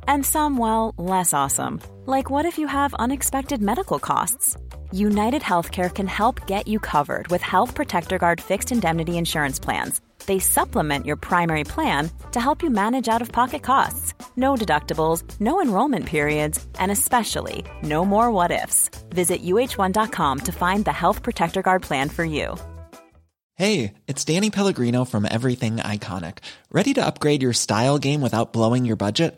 S4: And some, well, less awesome, like what if you have unexpected medical costs? United Healthcare can help get you covered with Health Protector Guard fixed indemnity insurance plans. They supplement your primary plan to help you manage out of pocket costs. No deductibles, no enrollment periods, and especially no more what ifs. Visit uh1.com to find the Health Protector Guard plan for you.
S5: Hey, it's Danny Pellegrino from Everything Iconic. Ready to upgrade your style game without blowing your budget?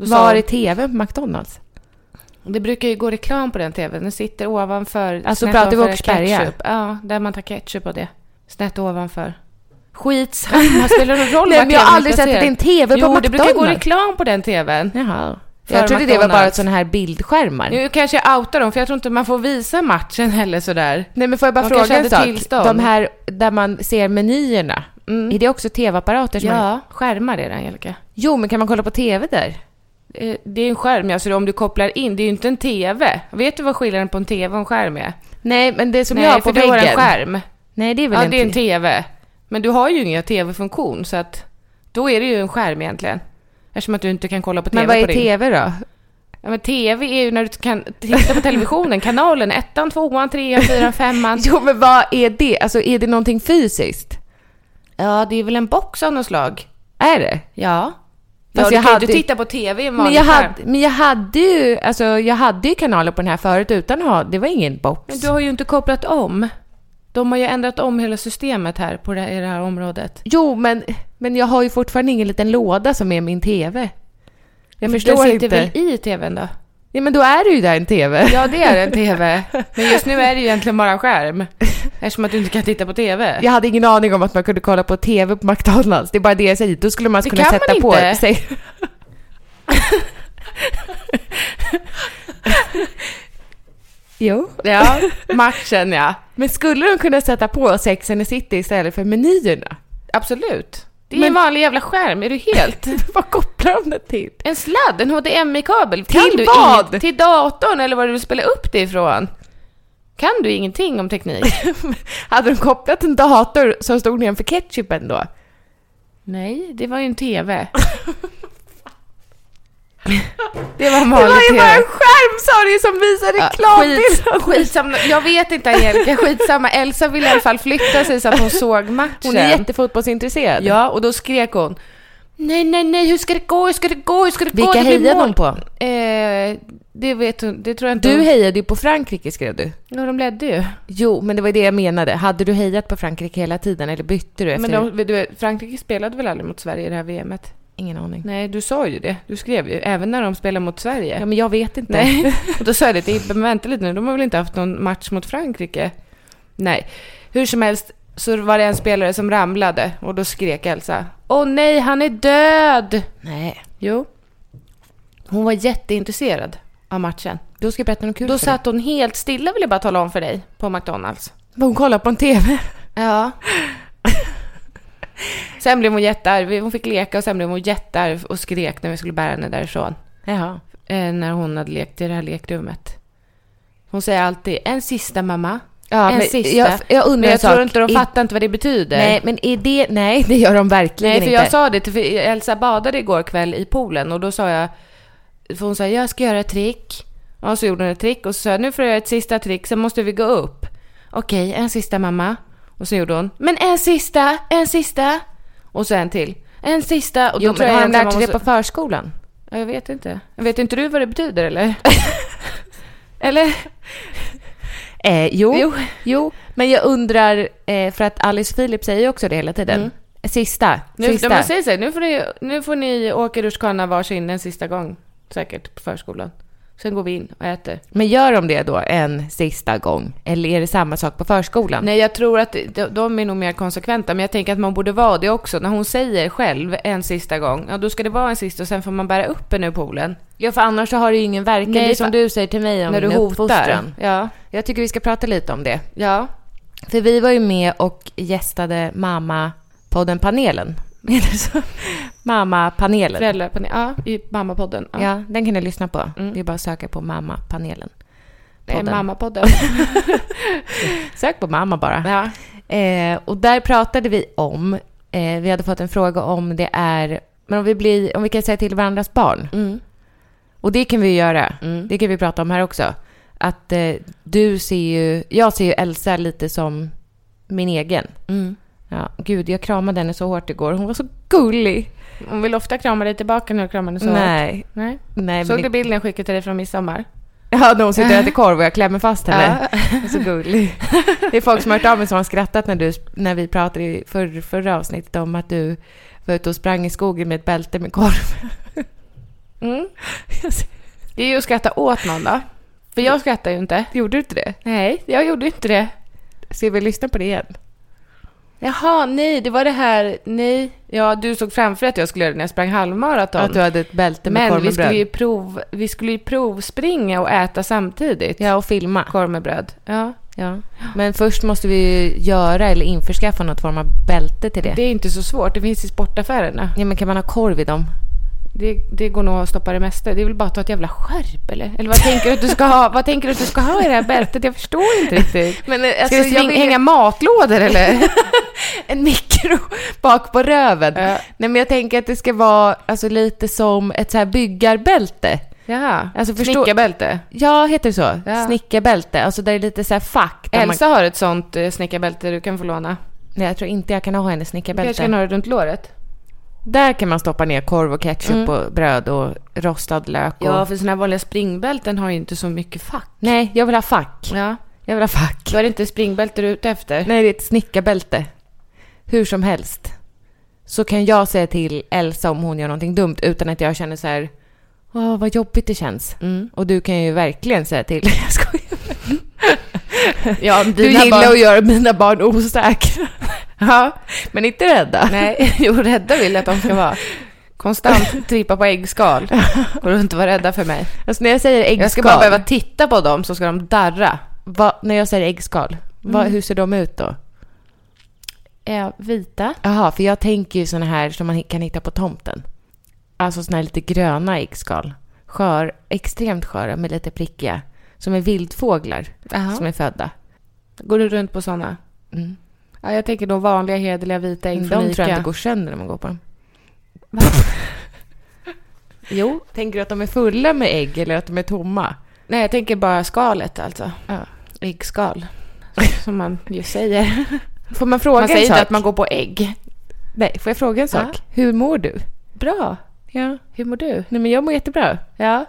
S3: Då sa
S2: Var
S3: hon-
S2: det TV på McDonalds?
S3: Det brukar ju gå reklam på den tvn. Den sitter ovanför.
S2: Alltså,
S3: snett
S2: pratar vi
S3: ovanför
S2: Åkersberga?
S3: ketchup. Ja, där man tar ketchup och det. Snett ovanför. Skitsamma, spelar det någon roll
S2: Nej,
S3: var
S2: men jag har
S3: tvn
S2: aldrig sett att det är
S3: placerad?
S2: en TV på
S3: jo, det brukar gå
S2: McDonald's.
S3: reklam på den tvn.
S2: Jaha.
S3: För
S2: jag trodde det var bara
S3: McDonald's.
S2: sådana här bildskärmar.
S3: Nu kanske jag outar dem, för jag tror inte man får visa matchen heller sådär.
S2: Nej men får jag bara
S3: De kanske
S2: fråga en
S3: hade
S2: sak?
S3: tillstånd.
S2: De här där man ser menyerna, är det också TV-apparater? som Är...
S3: Ja, skärmar är det Angelica.
S2: Jo, men kan man kolla på TV där?
S3: Eh, Det är en skärm, alltså om du kopplar in. Det är ju inte en tv. Vet du vad skillnaden på en tv och en skärm är?
S2: Nej, men det är som
S3: Nej,
S2: jag har på
S3: för du
S2: väggen.
S3: har en skärm.
S2: Nej, det är väl
S3: Ja,
S2: en
S3: det är en
S2: t-
S3: TV. Men du har ju ingen TV-funktion, så att då är det ju en skärm egentligen. Eftersom att du inte kan kolla på TV
S2: Men vad är
S3: på din.
S2: TV då?
S3: Ja, men TV är ju när du kan titta på televisionen, kanalen, ettan, tvåan, trean, fyran, femman.
S2: Jo, men vad är det? Alltså, är det någonting fysiskt?
S3: Ja, det är väl en box av något slag.
S2: Är det?
S3: Ja. Ja,
S2: Fast
S3: du
S2: jag
S3: kan ju
S2: hade-
S3: inte titta på TV i en
S2: Men
S3: vanlig
S2: jag,
S3: skärm.
S2: hade, men jag hade ju, alltså jag hade ju kanaler på den här förut utan att ha, det var ingen box.
S3: Men du har ju inte kopplat om. De har ju ändrat om hela systemet här på det här, i det här området.
S2: Jo, men, men jag har ju fortfarande ingen liten låda som är min TV. Jag
S3: Den
S2: förstår
S3: sitter
S2: inte.
S3: väl i TVn då?
S2: Ja, men då är det ju där en TV.
S3: Ja, det är en TV. Men just nu är det ju egentligen bara en skärm. Eftersom att du inte kan titta på TV.
S2: Jag hade ingen aning om att man kunde kolla på TV på McDonalds. Det är bara det jag säger. Då skulle man
S3: Det
S2: kunna
S3: kan man
S2: sätta på
S3: inte.
S2: sig. jo.
S3: Ja, matchen ja.
S2: Men skulle de kunna sätta på Sex and the City istället för menyerna?
S3: Absolut. Det är
S2: Men-
S3: en vanlig jävla skärm, är du helt...
S2: Vad kopplar de det till?
S3: En sladd, en HDMI-kabel.
S2: Till
S3: du
S2: vad?
S3: inget- Till datorn eller vad du vill spela upp det ifrån. Kan du ingenting om teknik?
S2: Hade de kopplat en dator som stod nedanför ketchupen då?
S3: Nej, det var ju en TV. det var en
S2: Det
S3: vanlig
S2: var ju
S3: TV.
S2: bara en skärm sa du ju, som visade
S3: Ja,
S2: reklambilder.
S3: skits- skitsamma, jag vet inte Angelica, skitsamma. Elsa ville i alla fall flytta sig så att hon såg matchen.
S2: Hon är jättefotbollsintresserad.
S3: Ja, och då skrek hon. Nej, nej, nej, hur ska det gå, hur ska det gå, hur ska det gå?
S2: Vilka
S3: Det blir
S2: hejade
S3: mål."
S2: hon på?
S3: Eh, det vet hon, det tror jag inte
S2: Du
S3: hon...
S2: hejade ju på Frankrike skrev du.
S3: Ja, de ledde ju.
S2: Jo, men det var ju det jag menade. Hade du hejat på Frankrike hela tiden eller bytte du efter?
S3: Men de, du vet, Frankrike spelade väl aldrig mot Sverige i det här VMet?
S2: Ingen aning.
S3: Nej, du sa ju det. Du skrev ju, även när de spelade mot Sverige.
S2: Ja, men jag vet inte.
S3: Nej, och då sa jag det till Ibbe, men vänta lite nu, de har väl inte haft någon match mot Frankrike? Nej, hur som helst så var det en spelare som ramlade och då skrek Elsa Åh nej, han är död!
S2: Nej.
S3: Jo, hon var jätteintresserad av matchen.
S2: Då ska jag berätta något kul
S3: Då
S2: för dig.
S3: satt hon helt stilla vill jag bara tala om för dig, på McDonalds.
S2: Men Hon kollade på en TV.
S3: Ja. Sen blev hon jättearg, hon fick leka och sen blev hon jättearg och skrek när vi skulle bära henne därifrån
S2: Jaha.
S3: eh, när hon hade lekt i det här lekrummet. Hon säger alltid en sista mamma.
S2: Ja,
S3: en
S2: men
S3: sista.
S2: jag- jag undrar
S3: men jag
S2: en
S3: tror
S2: sak.
S3: inte de
S2: I-
S3: fattar inte vad det betyder.
S2: Nej, men är det... Nej, det gör de verkligen
S3: Nej, för
S2: inte.
S3: jag sa det till för Elsa badade igår kväll i poolen och då sa jag, för hon sa jag ska göra ett trick. Och så gjorde hon ett trick och så sa jag nu får jag göra ett sista trick, sen måste vi gå upp. Okej, en sista mamma. Och så gjorde hon, men en sista, en sista. Och så en till. En sista. Och då
S2: Jo,
S3: tror
S2: men
S3: jag
S2: har de
S3: Elsa
S2: lärt sig
S3: måste-
S2: det på förskolan?
S3: Ja, Jag vet inte. Vet inte du vad det betyder eller? eller?
S2: Eh, jo.
S3: Jo.
S2: jo. men jag undrar, eh, för att Alice Philip säger ju också det hela tiden. Sista,
S3: Mm. Nu,
S2: sista.
S3: de säger så här, nu får ni, nu får ni åka rutschkana varsin en sista gång. Säkert på förskolan. Sen går vi in och äter.
S2: Men gör de det då en sista gång? Eller är det samma sak på förskolan?
S3: Nej, jag tror att de, de är nog mer konsekventa, men jag tänker att man borde vara det också. När hon säger själv en sista gång, ja då ska det vara en sista och sen får man bära upp henne ur poolen.
S2: Ja, för annars så har det ju ingen verkan.
S3: Nej,
S2: det är som
S3: för-
S2: du säger till mig om
S3: när du
S2: min
S3: hotar.
S2: uppfostran.
S3: Ja.
S2: Jag tycker vi ska prata lite om det.
S3: Ja.
S2: För vi var ju med och gästade mamma-podden-panelen. Är det så? Mamma-panelen.
S3: Föräldrapanel. Ja, i mammapodden. Ja. Mm.
S2: Ja, den kan ni lyssna på. Det är bara att söka på mamma-panelen.
S3: Nej,
S2: podden.
S3: mammapodden.
S2: Sök på mamma bara.
S3: ja.
S2: Eh, och där pratade vi om, eh, vi hade fått en fråga om det är, men om vi, blir, om vi kan säga till varandras barn.
S3: Mm.
S2: Och det kan vi ju göra. Det kan vi prata om här också. Att eh, du ser ju, jag ser ju Elsa lite som min egen.
S3: Mm.
S2: Ja, gud, jag kramade henne så hårt igår. Hon var så gullig.
S3: Hon vill ofta krama dig tillbaka när du kramar henne så hårt.
S2: Nej.
S3: Nej.
S2: Nej,
S3: Såg
S2: men
S3: du
S2: det,
S3: bilden jag skickade till dig från midsommar?
S2: ja, när hon sitter och äter korv och jag klämmer fast henne. Så gullig. Det är folk som har hört av mig som har skrattat när, du, när vi pratade i för, förra avsnittet om att du var ute och sprang i skogen med ett bälte med korv.
S3: Mm. Det är ju att skratta åt någon då. För jag skrattar ju inte.
S2: Gjorde du inte det?
S3: Nej, jag gjorde inte det.
S2: Ska vi lyssna på det igen?
S3: Jaha, nej, det var det här, nej. Ja, du såg framför att jag skulle göra det när jag sprang halvmaraton.
S2: Att du hade ett bälte med
S3: Men
S2: korv
S3: vi
S2: och bröd.
S3: skulle, ju prov, vi skulle ju provspringa och äta samtidigt.
S2: Ja, och filma.
S3: Korv med bröd. Ja.
S2: Ja. Men först måste vi ju göra eller införskaffa något form av bälte till det.
S3: Det är inte så svårt, det finns i sportaffärerna.
S2: Ja, men kan man ha korv i dem?
S3: Det, det går nog att stoppa det mesta. Det är väl bara att ta ett jävla skärp eller? Eller vad tänker du att du ska ha, vad tänker du att du ska ha i det här bältet? Jag förstår inte riktigt.
S2: Men, eh, alltså,
S3: Ska du sving, hänga matlådor eller?
S2: en mikro bak på röven.
S3: Ja.
S2: Nej, men jag tänker att det ska vara alltså, lite som ett så här byggarbälte.
S3: Jaha,
S2: Alltså, förstå-
S3: snickarbälte.
S2: Ja, heter det så?
S3: Ja.
S2: Snickarbälte. Alltså där det är lite så här fack. där
S3: Elsa har ett sånt eh, snickarbälte du kan få låna.
S2: Man... Nej, jag tror inte jag kan ha hennes
S3: Du kanske
S2: snickarbälte.
S3: kan ha det runt låret?
S2: Där kan man stoppa ner korv och ketchup och bröd och rostad lök. Och...
S3: Mm. Ja, för sådana här vanliga springbälten har ju inte så mycket fack.
S2: Nej, jag vill ha fack.
S3: Ja.
S2: Jag vill ha fack.
S3: Då är det inte springbälte du är ute efter.
S2: Nej, det är ett snickarbälte. Hur som helst. Så kan jag säga till Elsa om hon gör någonting dumt utan att jag känner så här, Åh, vad jobbigt det känns.
S3: Mm.
S2: Och du kan ju verkligen säga till. Jag skojar.
S3: Ja, dina
S2: Du gillar
S3: barn-
S2: att göra mina barn osäkra. ja, men inte rädda.
S3: Nej, jo, rädda vill jag att de ska vara. Konstant trippa på äggskal. Går du inte vara rädda för mig?
S2: Alltså när jag säger äggskal.
S3: Jag ska bara behöva titta på dem så ska de darra. Mm.
S2: Va, när jag säger äggskal, va, hur ser de ut då?
S3: Ja, vita.
S2: Jaha, för jag tänker ju såna här som man hi- kan hitta på tomten. Alltså såna här lite gröna äggskal. Skör, extremt sköra med lite prickiga. Som är vildfåglar som är födda.
S3: Går du runt på sådana?
S2: Mm.
S3: Ja, jag tänker de vanliga hederliga vita ägg
S2: De
S3: från
S2: tror jag inte
S3: Ica.
S2: går sönder när man går på dem.
S3: Jo.
S2: Tänker du att de är fulla med ägg eller att de är tomma?
S3: Nej, jag tänker bara skalet alltså.
S2: Ja.
S3: Äggskal. Som man ju säger.
S2: Får man fråga
S3: Man säger
S2: en sak?
S3: inte att man går på ägg.
S2: Nej, får jag fråga en sak?
S3: Ja.
S2: Hur mår du?
S3: Bra.
S2: Ja.
S3: Hur mår du?
S2: Nej, men jag mår jättebra.
S3: Ja.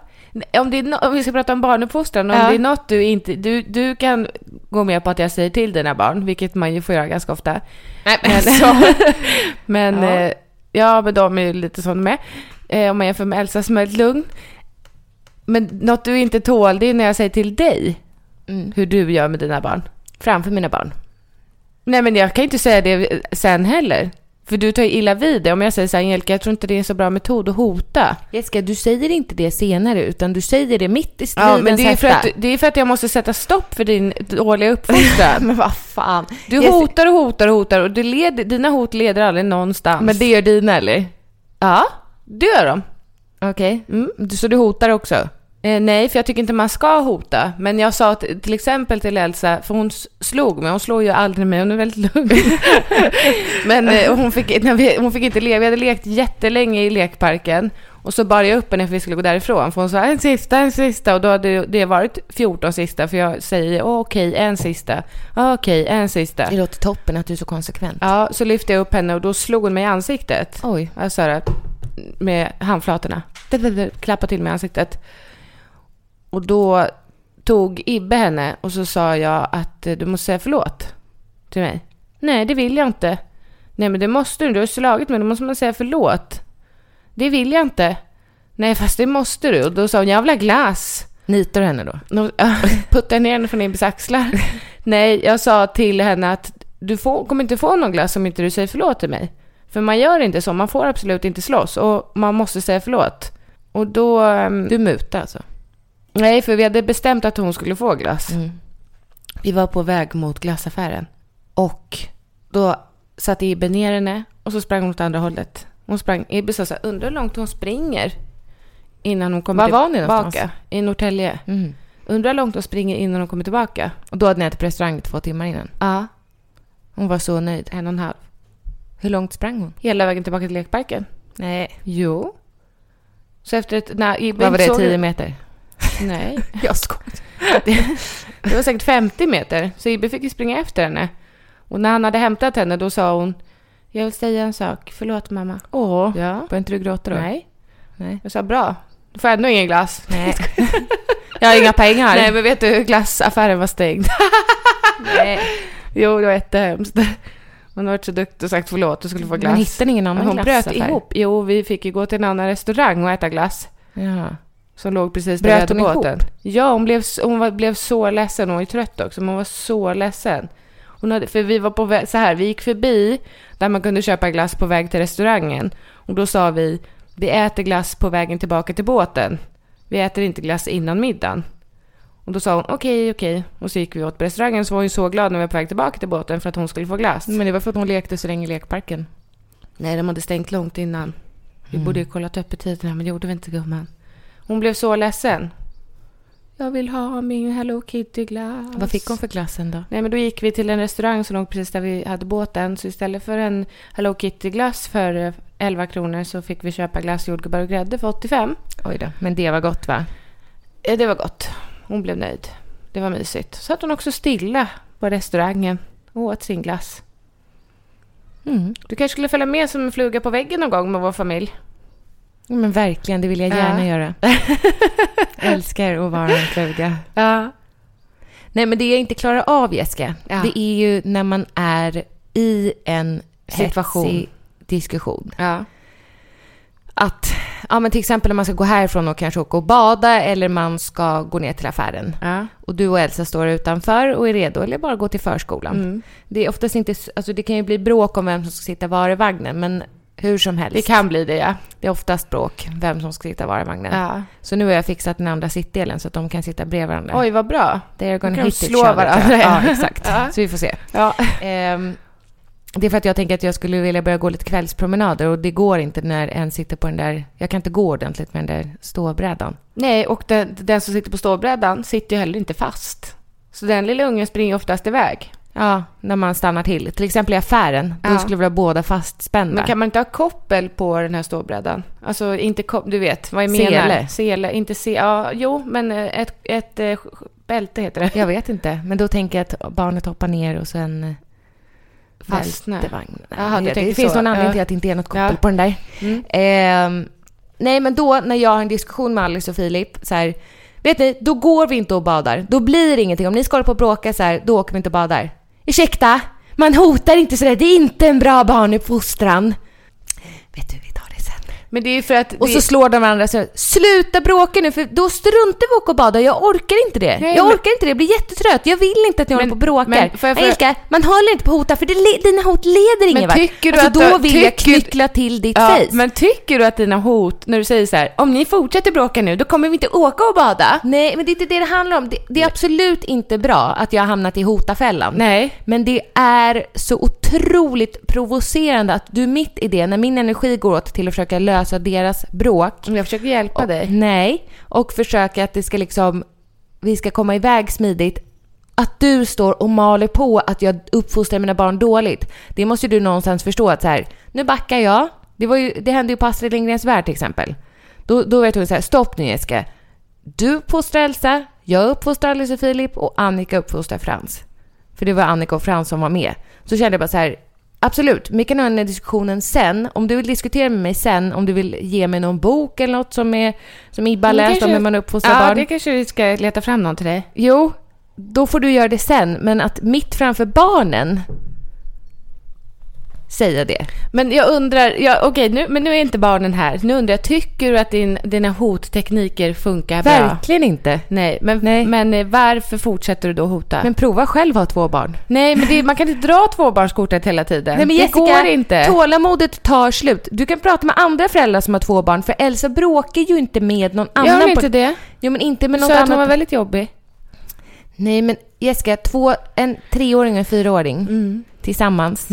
S3: Om, det är no- om vi ska prata om barnuppfostran, om
S2: Ja.
S3: det är något du inte... Du, du kan gå med på att jag säger till dina barn, vilket man ju får göra ganska ofta.
S2: Nej,
S3: Men, men
S2: Ja.
S3: ja. Eh, ja, men de är ju lite sådana med. Eh, om man jämför med Elsa som är ett lugn. Men något du inte tål, det är när jag säger till dig
S2: Mm.
S3: hur du gör med dina barn.
S2: Framför mina barn.
S3: Nej, men jag kan inte säga det eh, sen heller. För du tar ju illa vid det. Om jag säger så här, Angelica, jag tror inte det är en så bra metod att hota.
S2: Jessica, du säger inte det senare utan du säger det mitt i stridens
S3: Ja, men det är, för
S2: hetta.
S3: att, det är för att jag måste sätta stopp för din dåliga uppfostran.
S2: Men vad fan.
S3: Du
S2: Jessica-
S3: hotar och hotar och hotar och du leder, dina hot leder aldrig någonstans.
S2: Men det gör dina eller?
S3: ja, det gör de. Mm.
S2: Okej. Du- Så du hotar också?
S3: Eh, nej, för jag tycker inte man ska hota. Men jag sa t- till exempel till Elsa, för hon s- slog mig, hon slår ju aldrig mig, hon är väldigt lugn. Men eh, hon, fick, när vi, hon fick inte leva, vi hade lekt jättelänge i lekparken. Och så bar jag upp henne för vi skulle gå därifrån, för hon sa en sista, en sista. Och då hade ju- det varit 14 sista, för jag säger "Åh, okej, en sista, Åh, okej, en sista.
S2: Det låter toppen att du är så konsekvent.
S3: Ja, så lyfte jag upp henne och då slog hon mig i ansiktet.
S2: Oj.
S3: Jag sa det med handflatorna. Klappa till mig i ansiktet. Och då tog Ibbe henne och så sa jag att eh, du måste säga förlåt till mig. Nej, det vill jag inte. Nej, men det måste du. Du har slagit mig. Då måste man säga förlåt. Det vill jag inte. Nej, fast det måste du. Och då sa hon, jag vill ha glass.
S2: Nitar du henne då?
S3: Nå- Puttade ner henne från Ibbes axlar. Nej, jag sa till henne att du får, kommer inte få någon glass om inte du säger förlåt till mig. För man gör inte så, man får absolut inte slåss och man måste säga förlåt. Och då... ehm,
S2: Du mutar alltså?
S3: Nej, för vi hade bestämt att hon skulle få glass.
S2: Mm.
S3: Vi var på väg mot glassaffären. Och då satte Ibbe ner henne och så sprang hon åt andra hållet. Hon sprang, Ibbe sa så här, undrar hur långt hon springer innan hon kommer
S2: Var var ni
S3: tillbaka.
S2: någonstans?
S3: I Norrtälje.
S2: Mm.
S3: Undrar hur långt hon springer innan hon kommer tillbaka.
S2: Och då hade ni ätit på restaurang två timmar innan?
S3: Ja,
S2: Hon var så nöjd.
S3: en och en halv.
S2: Hur långt sprang hon?
S3: Hela vägen tillbaka till lekparken.
S2: Nej.
S3: Jo. Så efter ett... När Ibbe
S2: Vad var
S3: inte
S2: det,
S3: såg-
S2: 10 meter?
S3: Nej.
S2: Jag skojar.
S3: Det var säkert 50 meter, så Ibbe fick ju springa efter henne. Och när han hade hämtat henne, då sa hon Jag vill säga en sak. Förlåt mamma.
S2: Åh.
S3: Ja.
S2: Började inte du gråta då?
S3: Nej.
S2: Nej.
S3: Jag sa bra. Du får ändå ingen glass.
S2: Nej. Jag har inga pengar.
S3: Nej, men vet du, glassaffären var stängd.
S2: Nej.
S3: jo, det var jättehemskt. Hon har varit så duktig och sagt förlåt, du skulle få glass.
S2: Men hittade ni ingen annan
S3: Hon bröt
S2: glassaffär?
S3: ihop. Jo, vi fick ju gå till en annan restaurang och äta glass.
S2: Ja.
S3: Som låg precis
S2: Bröt
S3: där vi
S2: hon
S3: hade
S2: ihop?
S3: båten. Ja, hon blev, hon var, blev så ledsen. Hon var ju trött också, men hon var så ledsen. Hon hade, för vi var på väg, så här, vi gick förbi där man kunde köpa glass på väg till restaurangen. Och då sa vi, vi äter glass på vägen tillbaka till båten. Vi äter inte glass innan middagen. Och då sa hon okej, okej. Och så gick vi åt på restaurangen så var hon ju så glad när vi var på väg tillbaka till båten för att hon skulle få glass.
S2: Men det var för att hon lekte så länge i lekparken.
S3: Nej, de hade stängt långt innan. Vi borde ju kollat öppettiderna, men det gjorde vi inte gumman. Hon blev så ledsen. Jag vill ha min Hello Kitty-glass.
S2: Vad fick hon för glassen då?
S3: Nej, men då gick vi till en restaurang som låg precis där vi hade båten. Så istället för en Hello Kitty-glass för eh, 11 kronor så fick vi köpa glass, jordgubbar och grädde för 85.
S2: Oj då. Men det var gott va?
S3: Eh, Det var gott. Hon blev nöjd. Det var mysigt. Så att hon också stilla på restaurangen och åt sin glass.
S2: Mm. Du kanske skulle följa med som en fluga på väggen någon gång med vår familj.
S3: Ja, Men verkligen, det vill jag
S2: Ja.
S3: gärna göra. Älskar att vara en fluga.
S2: Ja.
S3: Nej, men det jag inte klarar av, Jessica,
S2: Ja.
S3: det är ju när man är i en
S2: Situation.
S3: hetsig diskussion.
S2: Ja.
S3: Att, ja men till exempel när man ska gå härifrån och kanske åka och bada eller man ska gå ner till affären.
S2: Ja.
S3: Och du och Elsa står utanför och är redo, eller bara gå till förskolan.
S2: Mm.
S3: Det är oftast inte, s- alltså det kan ju bli bråk om vem som ska sitta var i vagnen, men hur som helst.
S2: Det kan bli det ja.
S3: Det är oftast bråk, vem som ska sitta var i vagnen.
S2: ja.
S3: Så nu har jag fixat den andra sittdelen så att de kan sitta bredvid varandra.
S2: Oj vad bra.
S3: They're gonna
S2: kan de
S3: hit each
S2: slå
S3: other.
S2: varandra.
S3: Ja, exakt.
S2: Ja.
S3: Så vi får se.
S2: Ja.
S3: Ehm, det är för att jag tänker att jag skulle vilja börja gå lite kvällspromenader och det går inte när en sitter på den där, jag kan inte gå ordentligt med den där ståbrädan.
S2: Nej, och den, den som sitter på stålbrädan sitter ju heller inte fast. Så den lilla ungen springer oftast iväg.
S3: Ja, när man stannar till. Till exempel i affären, då
S2: Ja.
S3: skulle vi ha båda fastspända.
S2: Men kan man inte ha koppel på den här stålbrädan? Alltså inte koppel, du vet vad jag menar.
S3: Sele.
S2: Sele, inte se, ja, jo, men eh, ett, ett eh, sk- bälte heter det.
S3: Jag vet inte, men då tänker jag att barnet hoppar ner och sen eh,
S2: Fastnar.
S3: välte vagnen.
S2: Jaha, du
S3: det, det
S2: tänker
S3: finns
S2: så.
S3: någon anledning
S2: Ja.
S3: till att det inte är något koppel
S2: Ja. Mm.
S3: på den där. Ehm, nej, men då när jag har en diskussion med Alice och Filip, så här, vet ni, då går vi inte och badar. Då blir det ingenting. Om ni ska hålla på och bråka så här, då åker vi inte och badar. Ursäkta, man hotar inte sådär. Det är inte en bra barnuppfostran. Vet du, vi tar det sen.
S2: Men det är ju för att...
S3: Och
S2: det,
S3: så slår de varandra så här, sluta bråka nu för då struntar vi i att åka och bada. Jag orkar inte det.
S2: Nej,
S3: jag
S2: men-
S3: orkar inte det. Jag blir jättetrött. Jag vill inte att ni håller på och bråkar.
S2: men får jag
S3: Nej,
S2: fråga-
S3: Ilka, man håller inte på att hota för det, le- dina hot leder ingen vart.
S2: tycker du
S3: alltså,
S2: att
S3: då
S2: du-
S3: vill jag
S2: tycker-
S3: knyckla till ditt
S2: ja,
S3: face.
S2: men tycker du att dina hot, när du säger så här, om ni fortsätter bråka nu, då kommer vi inte åka och bada.
S3: Nej, men det är inte det det handlar om. Det, det är absolut inte bra att jag har hamnat i hotafällan.
S2: Nej.
S3: Men det är så otroligt provocerande att du mitt i det, när min energi går åt till att försöka lösa deras bråk,
S2: Jag försöker hjälpa
S3: och,
S2: dig.
S3: Nej, och försöka att det ska liksom, vi ska komma iväg smidigt. Att du står och maler på att jag uppfostrar mina barn dåligt. Det måste ju du någonstans förstå att så här, nu backar jag. Det, var ju, det hände ju på Astrid Lindgrens Värld till exempel. Då, då vet hon så här, stopp nu Jessica. Du uppfostrar Elsa, jag uppfostrar Alice och Filip och Annika uppfostrar Frans. För det var Annika och Frans som var med. Så kände jag bara så här, absolut, vi kan ha den här diskussionen sen. Om du vill diskutera med mig sen, om du vill ge mig någon bok eller något som, är, som Ibba har
S2: Men
S3: läst om
S2: kanske-
S3: hur man uppfostrar
S2: Ja,
S3: barn.
S2: det kanske vi ska leta fram någon till dig.
S3: Jo, då får du göra det sen. Men att mitt framför barnen säga det.
S2: Men jag undrar, ja, okej nu, men nu är inte barnen här. Nu undrar jag, tycker du att din, dina hottekniker funkar bra?
S3: Verkligen inte.
S2: Nej, men,
S3: Nej.
S2: men eh, varför fortsätter du då hota?
S3: Men prova själv att ha två barn.
S2: nej, men det, man kan inte dra tvåbarnskortet hela tiden.
S3: Nej, men
S2: det
S3: Jessica,
S2: går inte.
S3: tålamodet tar slut. Du kan prata med andra föräldrar som har två barn, för Elsa bråkar ju inte med någon annan.
S2: Gör hon
S3: på-
S2: inte det?
S3: Jo, men inte med
S2: Du
S3: något
S2: sa att
S3: annat.
S2: hon var väldigt jobbig.
S3: Nej, men Jessica, två, en treåring och en fyraåring
S2: Mm.
S3: tillsammans.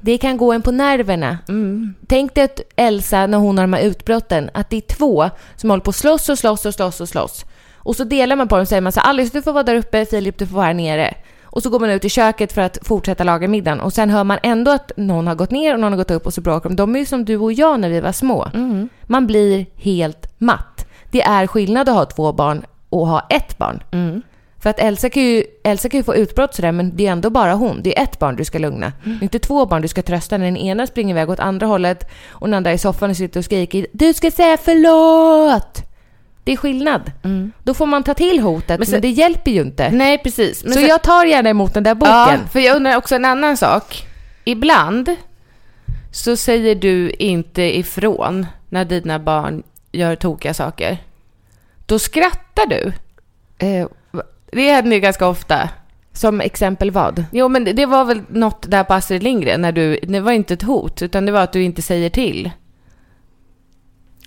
S3: Det kan gå en på nerverna.
S2: Mm.
S3: Tänk dig att Elsa, när hon har de här utbrotten, att det är två som håller på och slåss och slåss och slåss och slåss. Och så delar man på dem och säger man så här, Alice du får vara där uppe, Filip du får vara här nere. Och så går man ut i köket för att fortsätta laga middagen och sen hör man ändå att någon har gått ner och någon har gått upp och så bråkar de. De är ju som du och jag när vi var små.
S2: Mm.
S3: Man blir helt matt. Det är skillnad att ha två barn och ha ett barn.
S2: Mm.
S3: För att Elsa kan ju, Elsa kan ju få utbrott sådär men det är ändå bara hon. Det är ett barn du ska lugna.
S2: Mm.
S3: Det är inte två barn du ska trösta när den ena springer iväg åt andra hållet och den andra i soffan och sitter och skriker “Du ska säga förlåt!” Det är skillnad. Då får man ta till hotet men,
S2: Mm. sen-
S3: det hjälper ju inte.
S2: Nej, precis. Men
S3: så
S2: sen-
S3: jag tar gärna emot den där boken.
S2: Ja, för jag undrar också en annan sak. Ibland så säger du inte ifrån när dina barn gör tokiga saker. Då skrattar du.
S3: Eh,
S2: Det händer ju ganska ofta.
S3: som exempel vad?
S2: Jo, men det- det var väl något där på Astrid Lindgren när du, det var inte ett hot, utan det var att du inte säger till.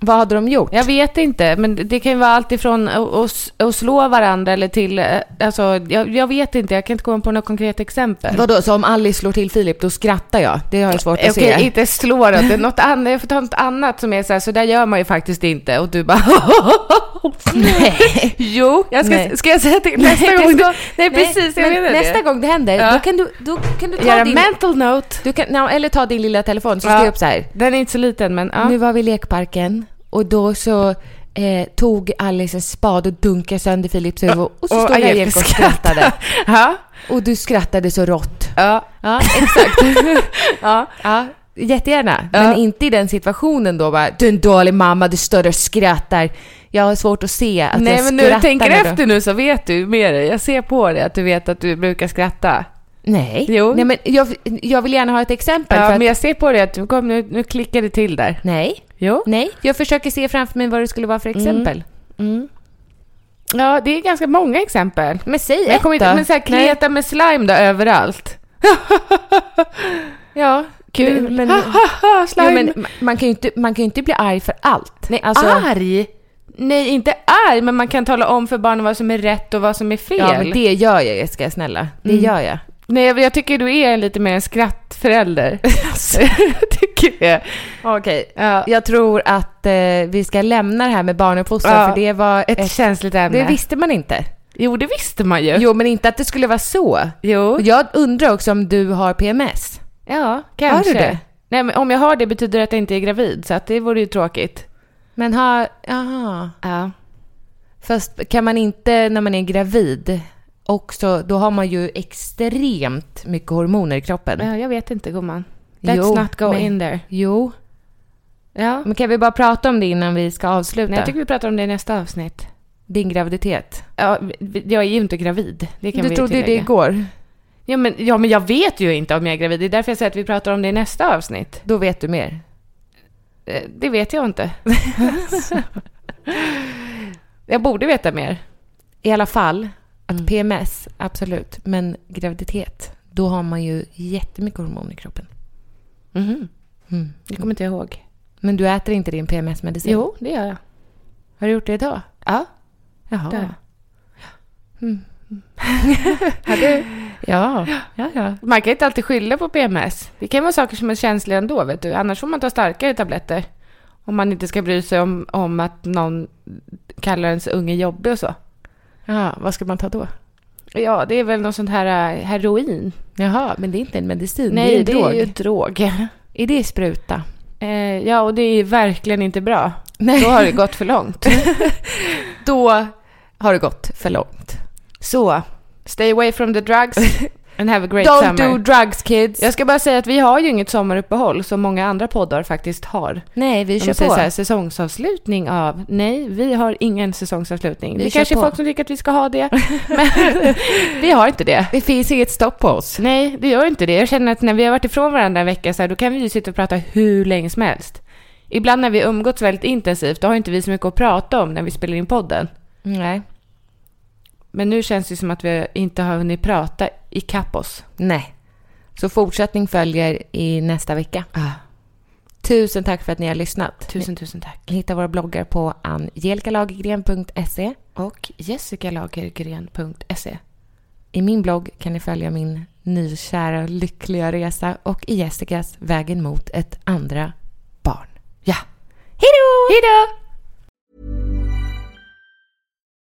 S3: Vad hade de gjort?
S2: Jag vet inte, men det- det kan ju vara allt ifrån att- att s- att slå varandra eller till, eh, alltså jag, jag vet inte, jag kan inte komma på något konkret exempel.
S3: Vadå, så om Alice slår till Filip då skrattar jag? Det har jag svårt att
S2: Okej,
S3: se.
S2: inte slå då, det är något annat, jag får ta något annat som är så här, så där gör man ju faktiskt inte och du bara
S3: Nej.
S2: Jo, jag ska,
S3: Nej.
S2: ska jag säga till nästa
S3: Nej,
S2: gång?
S3: det
S2: du-
S3: ska-
S2: nej, precis, jag
S3: men
S2: menar
S3: Nästa
S2: det.
S3: gång det händer,
S2: Ja.
S3: då, kan du, då kan du ta
S2: Göra
S3: din...
S2: mental note.
S3: Du kan, nej, eller ta din lilla telefon så
S2: Ja.
S3: skriv upp så här.
S2: Den är inte så liten men ja.
S3: Nu var vi i lekparken och då så eh, tog Alice en spad och dunkade sönder Philips huvud och så stod Angelica och skrattade.
S2: ja.
S3: Och du skrattade så rått. Ja.
S2: Ja, exakt.
S3: ja.
S2: Ja, jättegärna.
S3: Ja.
S2: Men inte i den situationen då bara, du är en dålig mamma, du står där och skrattar. Jag har svårt att se att
S3: Nej
S2: jag
S3: men
S2: skrattar.
S3: nu tänker
S2: när du-
S3: efter nu så vet du med dig. Jag ser på dig att du vet att du brukar skratta.
S2: Nej.
S3: Jo.
S2: Nej men jag, jag vill gärna ha ett exempel.
S3: Ja,
S2: för att,
S3: men jag ser på dig att du kom, nu, nu klickar det till där.
S2: Nej.
S3: Jo.
S2: Nej, jag försöker se framför mig vad det skulle vara för exempel.
S3: Mm. Ja, det är ganska många exempel.
S2: Men säg
S3: Jag
S2: ett
S3: kommer inte,
S2: då.
S3: men så här,
S2: Nej.
S3: kleta med slime då överallt.
S2: Ja,
S3: kul.
S2: Men,
S3: Haha,
S2: jo,
S3: slime.
S2: men man, kan ju inte, man kan ju inte bli arg för allt.
S3: Nej,
S2: Alltså-
S3: arg? Nej, inte arg, men man kan tala om för barnen vad som är rätt och vad som är fel. Mm.
S2: Ja, men det gör jag Jessica, snälla. Det gör jag.
S3: Nej, jag, jag tycker du är lite mer en skrattförälder. tycker jag.
S2: Alltså. Okej.
S3: Ja.
S2: Jag tror att eh, vi ska lämna det här med barnuppfostran
S3: Ja.
S2: för det var
S3: Ett, känsligt ämne.
S2: Det visste man inte.
S3: Jo, det visste man ju.
S2: Jo, men inte att det skulle vara så.
S3: Jo.
S2: Och jag undrar också om du har PMS.
S3: Ja, kanske.
S2: Har du det?
S3: Nej, men om jag har det betyder det att jag inte är gravid, så att det vore ju tråkigt.
S2: Men har... Jaha.
S3: Ja.
S2: Fast kan man inte när man är gravid också, då har man ju extremt mycket hormoner i kroppen.
S3: ja jag vet inte, gumman. Let's not go
S2: men-
S3: in there.
S2: Jo.
S3: Ja.
S2: Men kan vi bara prata om det innan vi ska avsluta?
S3: Nej, jag tycker vi pratar om det i nästa avsnitt.
S2: Din graviditet.
S3: Ja, vi- jag är ju inte gravid. Det kan
S2: Du
S3: vi
S2: trodde ju det
S3: tillägga.
S2: igår.
S3: Ja men, ja, men jag vet ju inte om jag är gravid. Det är därför jag säger att vi pratar om det i nästa avsnitt.
S2: Då vet du mer.
S3: Eh, Det vet jag inte. jag borde veta mer.
S2: I alla fall, att
S3: Mm.
S2: PMS, absolut. Men graviditet, då har man ju jättemycket hormoner i kroppen.
S3: Det kommer inte jag ihåg.
S2: Men du äter inte din PMS-medicin?
S3: Jo, det gör jag.
S2: Har du gjort det idag?
S3: Ja.
S2: Jaha.
S3: Det har jag.
S2: Ja. ja, ja.
S3: Man kan inte alltid skylla på PMS. Det kan vara saker som är känsliga ändå, vet du. Annars får man ta starkare tabletter. Om man inte ska bry sig om, om att någon kallar ens unge jobbig och så.
S2: Jaha, vad ska man ta då?
S3: Ja, det är väl något sånt här eh, heroin.
S2: Jaha, men det är inte en medicin,
S3: Nej,
S2: det är en drog.
S3: ju drog.
S2: Är det spruta?
S3: Eh, ja, och det är verkligen inte bra.
S2: Nej.
S3: Då har det gått för långt.
S2: Då har det gått för långt.
S3: Så, stay away from the drugs and have a great
S2: Don't
S3: summer.
S2: do drugs kids!
S3: Jag ska bara säga att vi har ju inget sommaruppehåll som många andra poddar faktiskt har.
S2: Nej, vi
S3: De
S2: kör
S3: säger
S2: på.
S3: så här, säsongsavslutning av. Nej, vi har ingen säsongsavslutning.
S2: Vi
S3: det
S2: kör
S3: kanske
S2: på.
S3: är folk som tycker att vi ska ha det, men vi har inte det.
S2: Det finns inget stopp på oss.
S3: Nej, det gör inte det. Jag känner att när vi har varit ifrån varandra en vecka så här, då kan vi ju sitta och prata hur länge som helst. Ibland när vi umgåtts väldigt intensivt, då har inte vi så mycket att prata om när vi spelar in podden.
S2: Nej.
S3: Men nu känns det som att vi inte har hunnit prata ikapp oss.
S2: Nej. Så fortsättning följer i nästa vecka. Tusen tack för att ni har lyssnat.
S3: Ah. Tusen, tusen tack.
S2: Ni hittar våra bloggar på angelikalagergren.se.
S3: Och jessicalagergren.se.
S2: I min blogg kan ni följa min nykära lyckliga resa och i Jessicas Vägen mot ett andra barn. Ja. Hej då! Hej då!